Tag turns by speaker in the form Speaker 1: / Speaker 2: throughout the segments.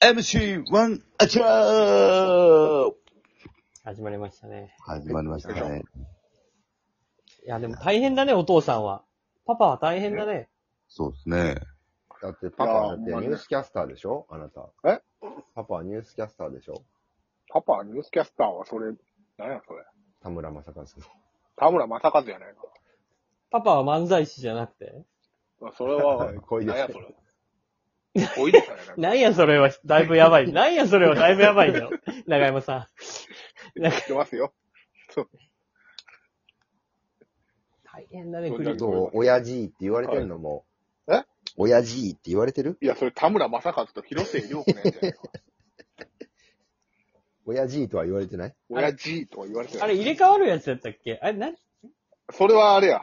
Speaker 1: 4MC1 アキラー
Speaker 2: 始まりましたね。
Speaker 1: 始まりましたね。
Speaker 2: いや、でも大変だね、お父さんは。パパは大変だね。
Speaker 1: そうですね。
Speaker 3: だってパパはだってニュースキャスターでしょあなた。
Speaker 4: え
Speaker 3: パパはニュースキャスターでしょ
Speaker 4: パパ、ニュースキャスターはそれ、何やそれ。
Speaker 3: 田村正和さん。
Speaker 4: 田村正和やないか。
Speaker 2: パパは漫才師じゃなくて。
Speaker 4: それは、
Speaker 3: 小出
Speaker 4: 何
Speaker 3: さ
Speaker 4: や
Speaker 3: ん
Speaker 4: それ。おいでさんや ないか。
Speaker 2: なんやそれは、だいぶやば い。なんやそれは、だいぶやばいよ。長山さ
Speaker 4: 知ってますよ。
Speaker 2: ん。大変だね、
Speaker 4: そう
Speaker 2: ク
Speaker 4: じゃ
Speaker 2: リ
Speaker 4: ん
Speaker 2: ス。
Speaker 3: どう親父って言われてんのもう。
Speaker 4: はいえ
Speaker 3: 親父って言われてる
Speaker 4: いや、それ田村正和と広末涼子のやつやない か。
Speaker 3: 親父とは言われてない
Speaker 4: 親父とは言われてない。
Speaker 2: あれ、入れ替わるやつやったっけあれ、な、
Speaker 4: それはあれや。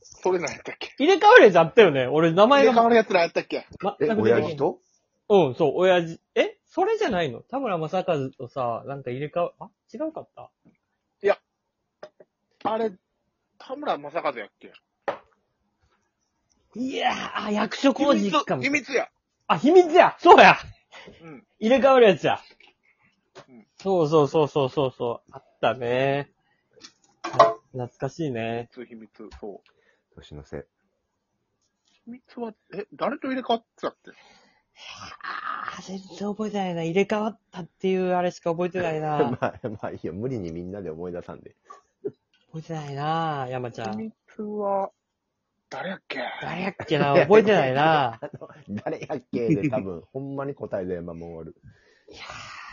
Speaker 4: それなんやったっけ
Speaker 2: 入れ替わるやつあったよね。俺、名前
Speaker 4: 入れ替わ
Speaker 2: が。
Speaker 4: るやつなんやったっけ
Speaker 2: ま
Speaker 3: え、
Speaker 2: 全く出てこな
Speaker 3: 親
Speaker 2: い
Speaker 3: 父と
Speaker 2: うん、そう、親父。えそれじゃないの田村正和とさ、なんか入れ替わ、あ違うかった
Speaker 4: あれ、田村正和やっけ
Speaker 2: いやー、役所工事かも
Speaker 4: 秘。密や。
Speaker 2: あ、秘密やそうや
Speaker 4: うん。
Speaker 2: 入れ替わるやつや
Speaker 4: うん。
Speaker 2: そうそうそうそうそうそう。あったね。な懐かしいね。
Speaker 4: 秘密、秘密、そう。
Speaker 3: 年のせい。
Speaker 4: 秘密は、え、誰と入れ替わってたっけ
Speaker 2: ああ、全然覚えてないな。入れ替わったっていうあれしか覚えてないな。
Speaker 3: ま
Speaker 2: 覚
Speaker 3: あ、まあいいよ。無理にみんなで思い出さんで。
Speaker 2: えてないな、山ちゃ
Speaker 4: 秘
Speaker 2: ん。
Speaker 4: 密は、誰やっけ
Speaker 2: 誰やっけな、覚えてないな。
Speaker 3: 誰やっけ で多分、ほんまに答えで守る。いや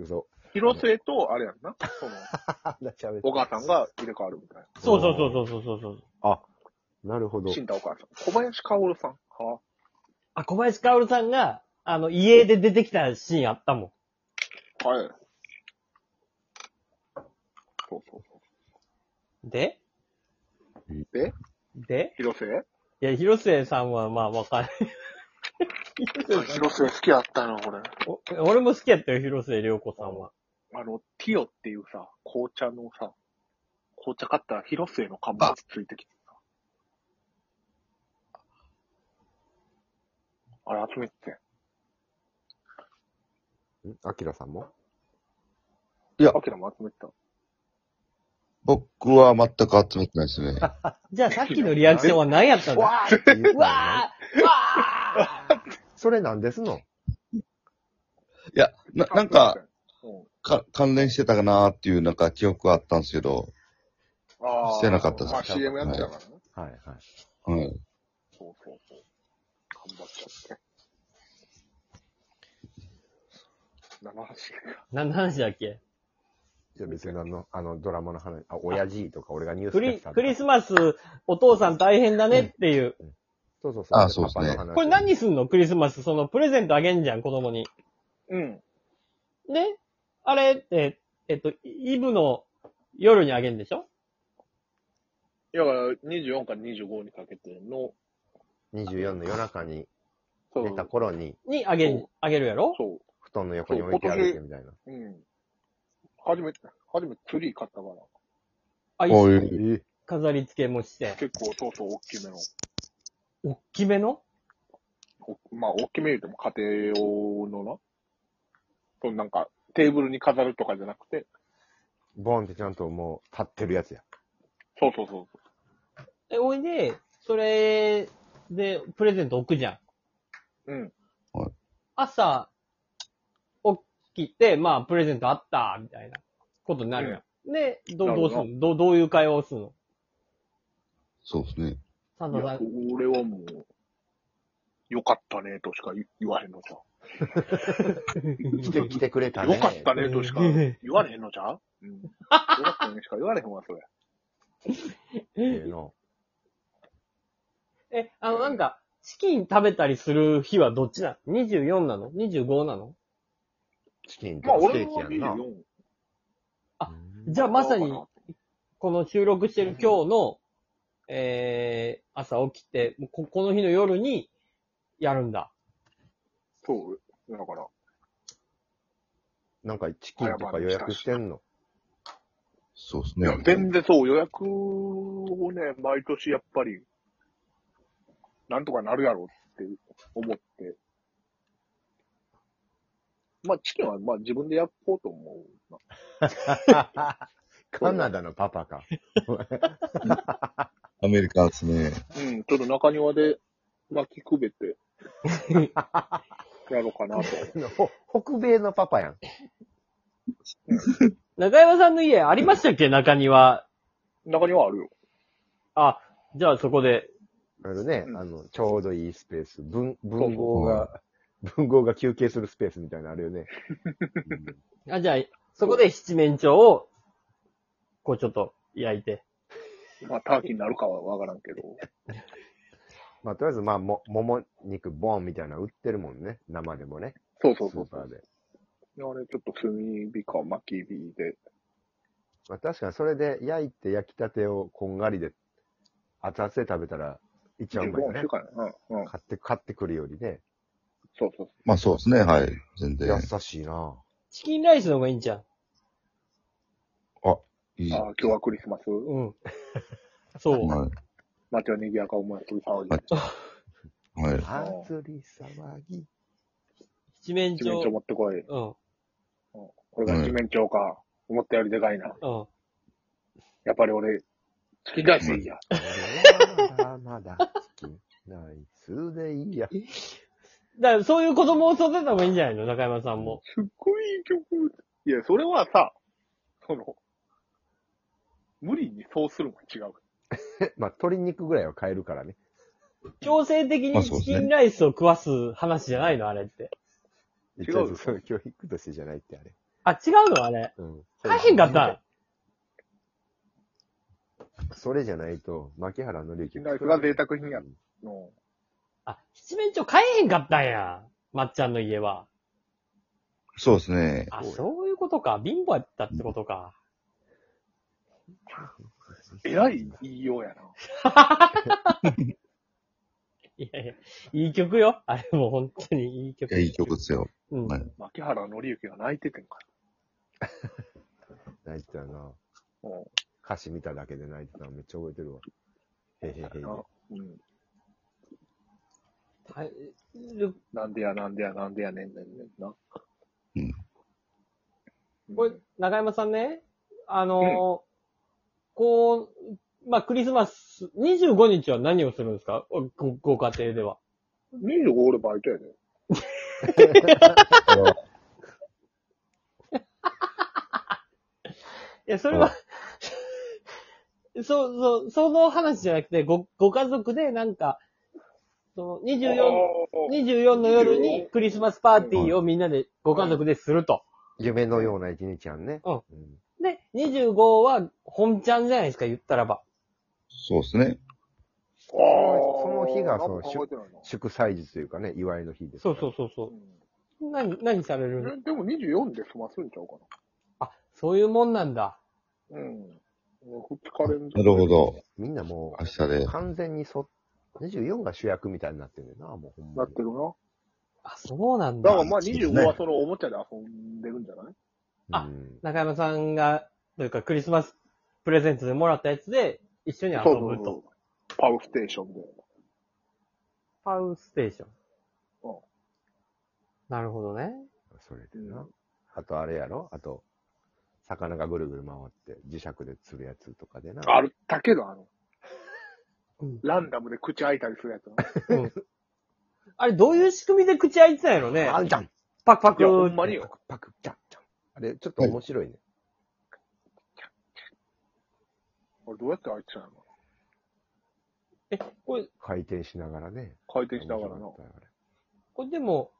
Speaker 3: ー。そう。
Speaker 4: 広末と、あれやんな。その、
Speaker 3: あんな喋って
Speaker 4: お母さんが入れ替わるみたい
Speaker 2: そうそうそうそうそうそう。
Speaker 3: あ、なるほど
Speaker 4: な。。死んだお母さん。小林薫さん。は
Speaker 2: あ、小林薫さんが、あの、家で出てきたシーンあったもん。
Speaker 4: はい。そうそうそう。
Speaker 2: で
Speaker 4: で
Speaker 2: で
Speaker 4: 広末
Speaker 2: いや、広末さんはまあわかんない。
Speaker 4: 広末好きだったの、これ。
Speaker 2: お俺も好きやったよ、広末涼子さんは。
Speaker 4: あの、ティオっていうさ、紅茶のさ、紅茶買ったら広末の看板ついてきてさ。あれ集めてて。
Speaker 3: んアキラさん も
Speaker 4: アキラも集めてた。
Speaker 1: 僕は全く集めてないですね。
Speaker 2: じゃあさっきのリアクションは何や ったんだ
Speaker 4: わー
Speaker 3: って言う
Speaker 2: う
Speaker 3: からな
Speaker 2: わーうわー
Speaker 3: それなんですの
Speaker 1: いや、な、なんか、、
Speaker 4: うん、
Speaker 1: か、関連してたかなーっていう、なんか記憶はあったんですけど、
Speaker 4: あー
Speaker 1: してなかったです
Speaker 4: まあ CM やってたからね。
Speaker 3: はいはい。
Speaker 1: はい。
Speaker 4: そうそうそう。頑張っちゃって。生走りか。
Speaker 2: 何の話だっけ
Speaker 3: じゃあ別にあの、あの、ドラマの話、あ、親父とか俺がニュース
Speaker 2: ク
Speaker 3: キャ
Speaker 2: リ
Speaker 3: スターとか
Speaker 2: クリスマス、お父さん大変だねっていう。
Speaker 3: そうそうそう。
Speaker 1: あそうですね
Speaker 3: パパの話
Speaker 2: これ何すんのクリスマス、そのプレゼントあげんじゃん、子供に。
Speaker 4: うん。
Speaker 2: で、あれって、えっと、イブの夜にあげんでしょ
Speaker 4: だから、24から25にかけての、
Speaker 3: ?24 の夜中に
Speaker 4: そう
Speaker 3: 寝た頃に、
Speaker 2: にあげん
Speaker 4: そう、
Speaker 2: あげるやろ
Speaker 4: そ
Speaker 3: 布団の横に置いて歩いてみたいな。
Speaker 4: う。うん。初めて、初めてツリー買ったから、
Speaker 2: あ、い
Speaker 1: こうい
Speaker 3: え
Speaker 1: う、
Speaker 3: ー
Speaker 2: 飾り付けもして。
Speaker 4: 結構、そうそう、大きめの。
Speaker 2: おっきめの
Speaker 4: おまあ、大きめ言うても家庭用のな。そう、なんか、テーブルに飾るとかじゃなくて、
Speaker 3: ボンってちゃんともう立ってるやつや。
Speaker 4: そうそうそう。
Speaker 2: え、おいで、それで、プレゼント置くじゃん。
Speaker 4: そううん。
Speaker 2: 朝、起きて、まあ、プレゼントあった、みたいなことになるやん。で、ど
Speaker 4: な
Speaker 2: う、
Speaker 4: る
Speaker 2: どう
Speaker 4: ほど
Speaker 2: すんのどう、どういう会話をすんの
Speaker 1: そうですね。
Speaker 2: サン
Speaker 4: い
Speaker 2: タさ
Speaker 4: や、
Speaker 2: ん。
Speaker 4: 俺はもう、よかったね、としか言言わへんのじゃ
Speaker 3: 来て、来てくれた
Speaker 4: ん。
Speaker 3: ね。
Speaker 4: よかったね、としか言われへんのじゃん。うん。よかったね、しか言われへんわ、それ。
Speaker 3: っていうの。
Speaker 2: え、あの、なんか、チキン食べたりする日はどっちなの ?24 なの ?25 なの
Speaker 3: チキンと
Speaker 4: まあ、
Speaker 3: ステ
Speaker 4: 俺
Speaker 3: ーキ
Speaker 4: も
Speaker 3: やんな。
Speaker 4: 24。
Speaker 2: あじゃあまさに、この収録してる今日の、えー、朝起きて、もうこ、この日の夜に、やるんだ。
Speaker 4: そう、だから、
Speaker 3: なんかチキンとか予約してんの。
Speaker 1: そうです
Speaker 4: いや
Speaker 1: ね。
Speaker 4: 全然そう、予約をね、毎年やっぱり、なんとかなるやろって思ってまあ、チキンはまあ自分で焼こうと思うな。
Speaker 3: カナダのパパか。
Speaker 1: アメリカですね。
Speaker 4: うん、ちょっと中庭で巻きく べて、やろうかなと。
Speaker 3: ほ北米のパパやん。
Speaker 2: 中山さんの家ありましたっけ中庭。
Speaker 4: 中庭あるよ。
Speaker 2: あ、じゃあそこで。
Speaker 3: あのね
Speaker 4: う、ん
Speaker 3: あの、ちょうどいいスペース。文、文豪が、文豪が休憩するスペースみたいなのあるよね。
Speaker 2: あ、じゃあ、そこで七面鳥を、こうちょっと焼いて。
Speaker 4: まあ、ターキーになるかはわからんけど。
Speaker 3: まあ、とりあえず、まあ、も、もも肉ボンみたいなの売ってるもんね。生でもね。
Speaker 4: そう
Speaker 3: ス
Speaker 4: そうそ
Speaker 3: ー
Speaker 4: うそ
Speaker 3: パー
Speaker 4: う。
Speaker 3: で。
Speaker 4: いやあれ、ちょっと炭火か薪火で。
Speaker 3: まあ、確かにそれで焼いて焼きたてをこんがりで、熱々で食べたら、一番うまいよ
Speaker 4: 15
Speaker 3: ね
Speaker 4: 週。間やなうん、うん。
Speaker 3: 買って、買ってくるよりね。
Speaker 4: そうそう。
Speaker 1: まあそうですね、はい。全然
Speaker 3: 優。しいな
Speaker 2: チキンライスの方がいいんじゃん。
Speaker 1: いい。
Speaker 4: ああ、今日はクリスマス。
Speaker 2: うん。そう。
Speaker 1: は
Speaker 4: 街は賑やか思いする騒ぎ。
Speaker 1: はいい。はい。
Speaker 3: ぁ。祭り騒ぎ。
Speaker 2: 七面
Speaker 4: 地面
Speaker 2: 鳥
Speaker 4: 鳥。持ってこ
Speaker 2: う
Speaker 4: い。
Speaker 2: ん。
Speaker 4: これが地面鳥か。思ったよりでかいな。
Speaker 2: うん。
Speaker 4: やっぱり俺、チキンライスいいや。
Speaker 3: 俺はまだ好きナイスでいいや。
Speaker 2: だからそういう子供を育てた方がいいんじゃないの中山さんも。
Speaker 4: すっごいいい曲。いや、それはさ、その、無理にそうするのは違う。
Speaker 3: まあ、鶏肉ぐらいは買えるからね。
Speaker 2: 強制的
Speaker 1: ま
Speaker 2: に
Speaker 1: あそう
Speaker 2: チ
Speaker 1: ですね
Speaker 2: キンライスを食わす話じゃないのあれって。
Speaker 4: 違う
Speaker 3: 違う、それ教育としてじゃないってあれ。
Speaker 2: あ、違うのあれ。
Speaker 3: うん。
Speaker 2: 大変かったん。
Speaker 3: それじゃないと、牧原の之。
Speaker 4: ナイスが贅沢品やの
Speaker 2: あ、七面鳥買えへんかったんや。まっちゃんの家は。
Speaker 1: そうですね。
Speaker 2: あ、
Speaker 3: そうや
Speaker 2: そういうことか。貧乏やったってことか。
Speaker 4: えらい言いようやな。
Speaker 2: いやいや、いい曲よ。あれもう本当にいい
Speaker 1: い
Speaker 2: 曲。
Speaker 1: や、いい曲ですよ。
Speaker 2: うん。
Speaker 1: はい
Speaker 4: 牧原紀之が泣いててんか
Speaker 3: 泣いてたな。
Speaker 4: ら。も
Speaker 3: 歌詞見ただけで泣いてたのめっちゃ覚えてるわ。へへへ
Speaker 4: うなうん。
Speaker 2: はい
Speaker 4: なんでやなんでやなんでやねんねんねんな。
Speaker 1: うん
Speaker 4: うん。
Speaker 2: これ、中山さんね、あのーこう、まあ、クリスマス、25日は何をするんですかご、ご家庭では。
Speaker 4: 25俺バイトやで。
Speaker 2: いや、それは、 そう、そう、その話じゃなくて、ご、ご家族でなんか、その24、
Speaker 4: おー
Speaker 2: 24の夜にクリスマスパーティーをみんなで、ご家族ですると。
Speaker 3: 夢のような一日やんね。
Speaker 2: うん
Speaker 3: ん。
Speaker 2: で、25は本ちゃんじゃないですか、言ったらば。
Speaker 1: そうですね。
Speaker 3: その日がその
Speaker 4: なんか覚えてないな
Speaker 3: 祝祭日というかね、祝いの日です
Speaker 2: そ
Speaker 3: から。
Speaker 2: うそうそうそうう。何、何されるの
Speaker 4: んえでも24で済ますんちゃうか
Speaker 2: あ、そういうもんなんだ。
Speaker 4: な。うん。2日連続。
Speaker 1: なるほど。
Speaker 3: みんなも
Speaker 1: 明日で
Speaker 3: う、。完全にそ、24が主役みたいになってるんだよな、もうほんま
Speaker 4: なって
Speaker 3: に。
Speaker 4: るな。
Speaker 2: あ、そうなん
Speaker 4: だか
Speaker 2: だ。
Speaker 4: らまあ25はそのおもちゃで遊んでるんじゃない
Speaker 2: あ
Speaker 3: うん
Speaker 2: 中山さんが、というかクリスマスプレゼントでもらったやつで、一緒に遊ぶと。
Speaker 4: う。パウステーションで。
Speaker 2: パウステーション。
Speaker 4: うん
Speaker 2: なるほどね。
Speaker 3: それでな。あとあれやろあと、魚がぐるぐる回って、磁石で釣るやつとかでな。
Speaker 4: あるだけど、あの
Speaker 2: うん、
Speaker 4: ランダムで口開いたりするやつな。
Speaker 2: あれ、どういう仕組みで口開いてたんやろね
Speaker 3: あ。んじゃん
Speaker 2: パクパ
Speaker 4: い
Speaker 2: ク。
Speaker 4: や、ほんまに
Speaker 3: パ
Speaker 4: よ。
Speaker 3: クパク、じゃんじゃん。あれ、ちょっと面白いね。
Speaker 4: 俺どうやって開いてたの
Speaker 2: これ、
Speaker 3: 回転しながらね。
Speaker 4: 回転しながらな。
Speaker 3: 面白かったよあれ
Speaker 2: これでも、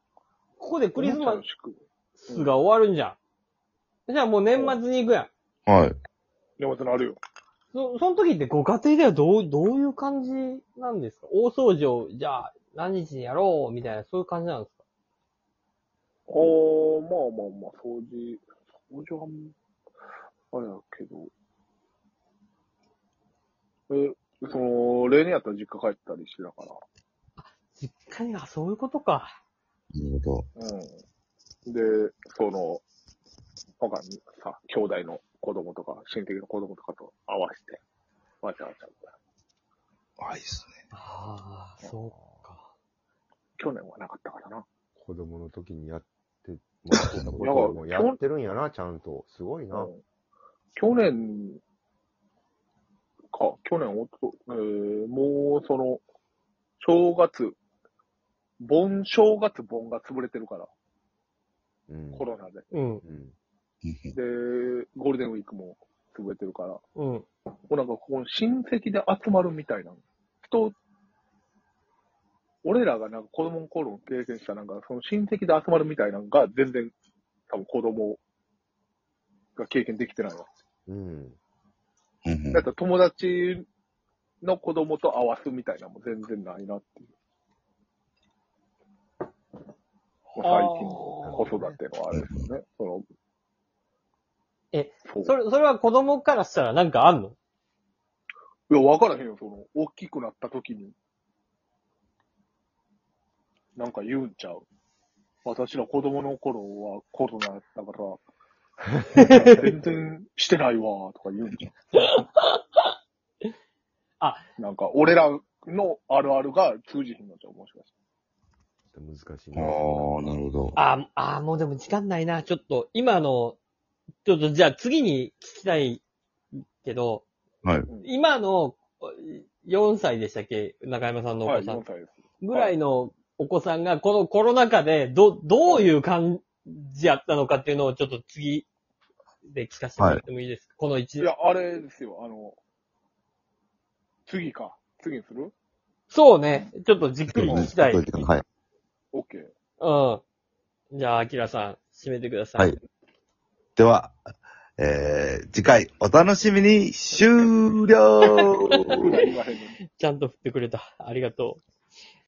Speaker 2: ここでクリスマ
Speaker 4: ス。
Speaker 2: スが終わるんじゃん。じゃあもう年末に行くやん。
Speaker 1: はい。
Speaker 4: でもそのあるよ。
Speaker 2: そ、その時ってご家庭ではどう、どういう感じなんですか大掃除を、じゃあ、何日にやろうみたいな、そういう感じなんですか
Speaker 4: おー、まあまあまあ、掃除、掃除はあん、あれやけど。え、その、例年やったら実家帰ったりしてたから。
Speaker 2: 実家にはそういうことか。
Speaker 1: なるほど。
Speaker 4: うん。で、その、他にさ、兄弟の子供とか、親戚の子供とかと合わせて、わちゃわちゃみたいな。
Speaker 1: あ、いいですね。
Speaker 2: ああ、そうか。
Speaker 4: 去年はなかったからな。
Speaker 3: 子供の時にやっって、 まあ、そんなことをもうやってるんやな、ちゃんと。すごいな。
Speaker 4: うん去年か、去年おと、えーもうその、正月、盆、正月盆が潰れてるから、
Speaker 3: うん。
Speaker 4: コロナで。
Speaker 2: うん、
Speaker 3: うん。
Speaker 4: で、ゴールデンウィークも潰れてるから、も
Speaker 2: うん。
Speaker 4: うなんかここの親戚で集まるみたいな。人、俺らがなんか子供の頃の経験したなんか、その親戚で集まるみたいなのが全然多分子供が経験できてないわ。
Speaker 3: うん。
Speaker 1: うん
Speaker 4: だから友達の子供と合わすみたいなのも全然ないなっていう。最近の子育てのあれですよね。その
Speaker 2: え、
Speaker 4: そう
Speaker 2: それ、それは子供からしたらなんかあんの
Speaker 4: いや、わからへんよ、その、大きくなった時に。なんか言うんちゃう。私ら子供の頃はコロナやったから、全然してないわ、とか言うんちゃう。
Speaker 2: あ、
Speaker 4: なんか、俺らのあるあるが通じひんのちゃう、もしかして。
Speaker 3: 難しい
Speaker 1: ああ
Speaker 3: な。
Speaker 1: ー、なるほど。
Speaker 2: あ、あ、もうでも時間ないな。ちょっと、今の、ちょっとじゃあ次に聞きたいけど、
Speaker 1: はい。
Speaker 2: 今の4歳でしたっけ中山さんのお
Speaker 4: はい、
Speaker 2: 子さん
Speaker 4: 4。歳です。
Speaker 2: ぐらいのお子さんが、このコロナ禍で、ど、どういう感じやったのかっていうのをちょっと次で聞かせてもらってもいいですか、この一
Speaker 4: いや、あれですよ、あの、次か。次にする
Speaker 2: そうね。ちょっとじっくり聞きたい。
Speaker 1: そうですねはい。
Speaker 4: ?OK。
Speaker 2: うん。じゃあ、アキラさん、締めてください。
Speaker 1: はいでは、えー、次回お楽しみに終了
Speaker 4: 言わへんのに
Speaker 2: ちゃんと振ってくれた。ありがとう。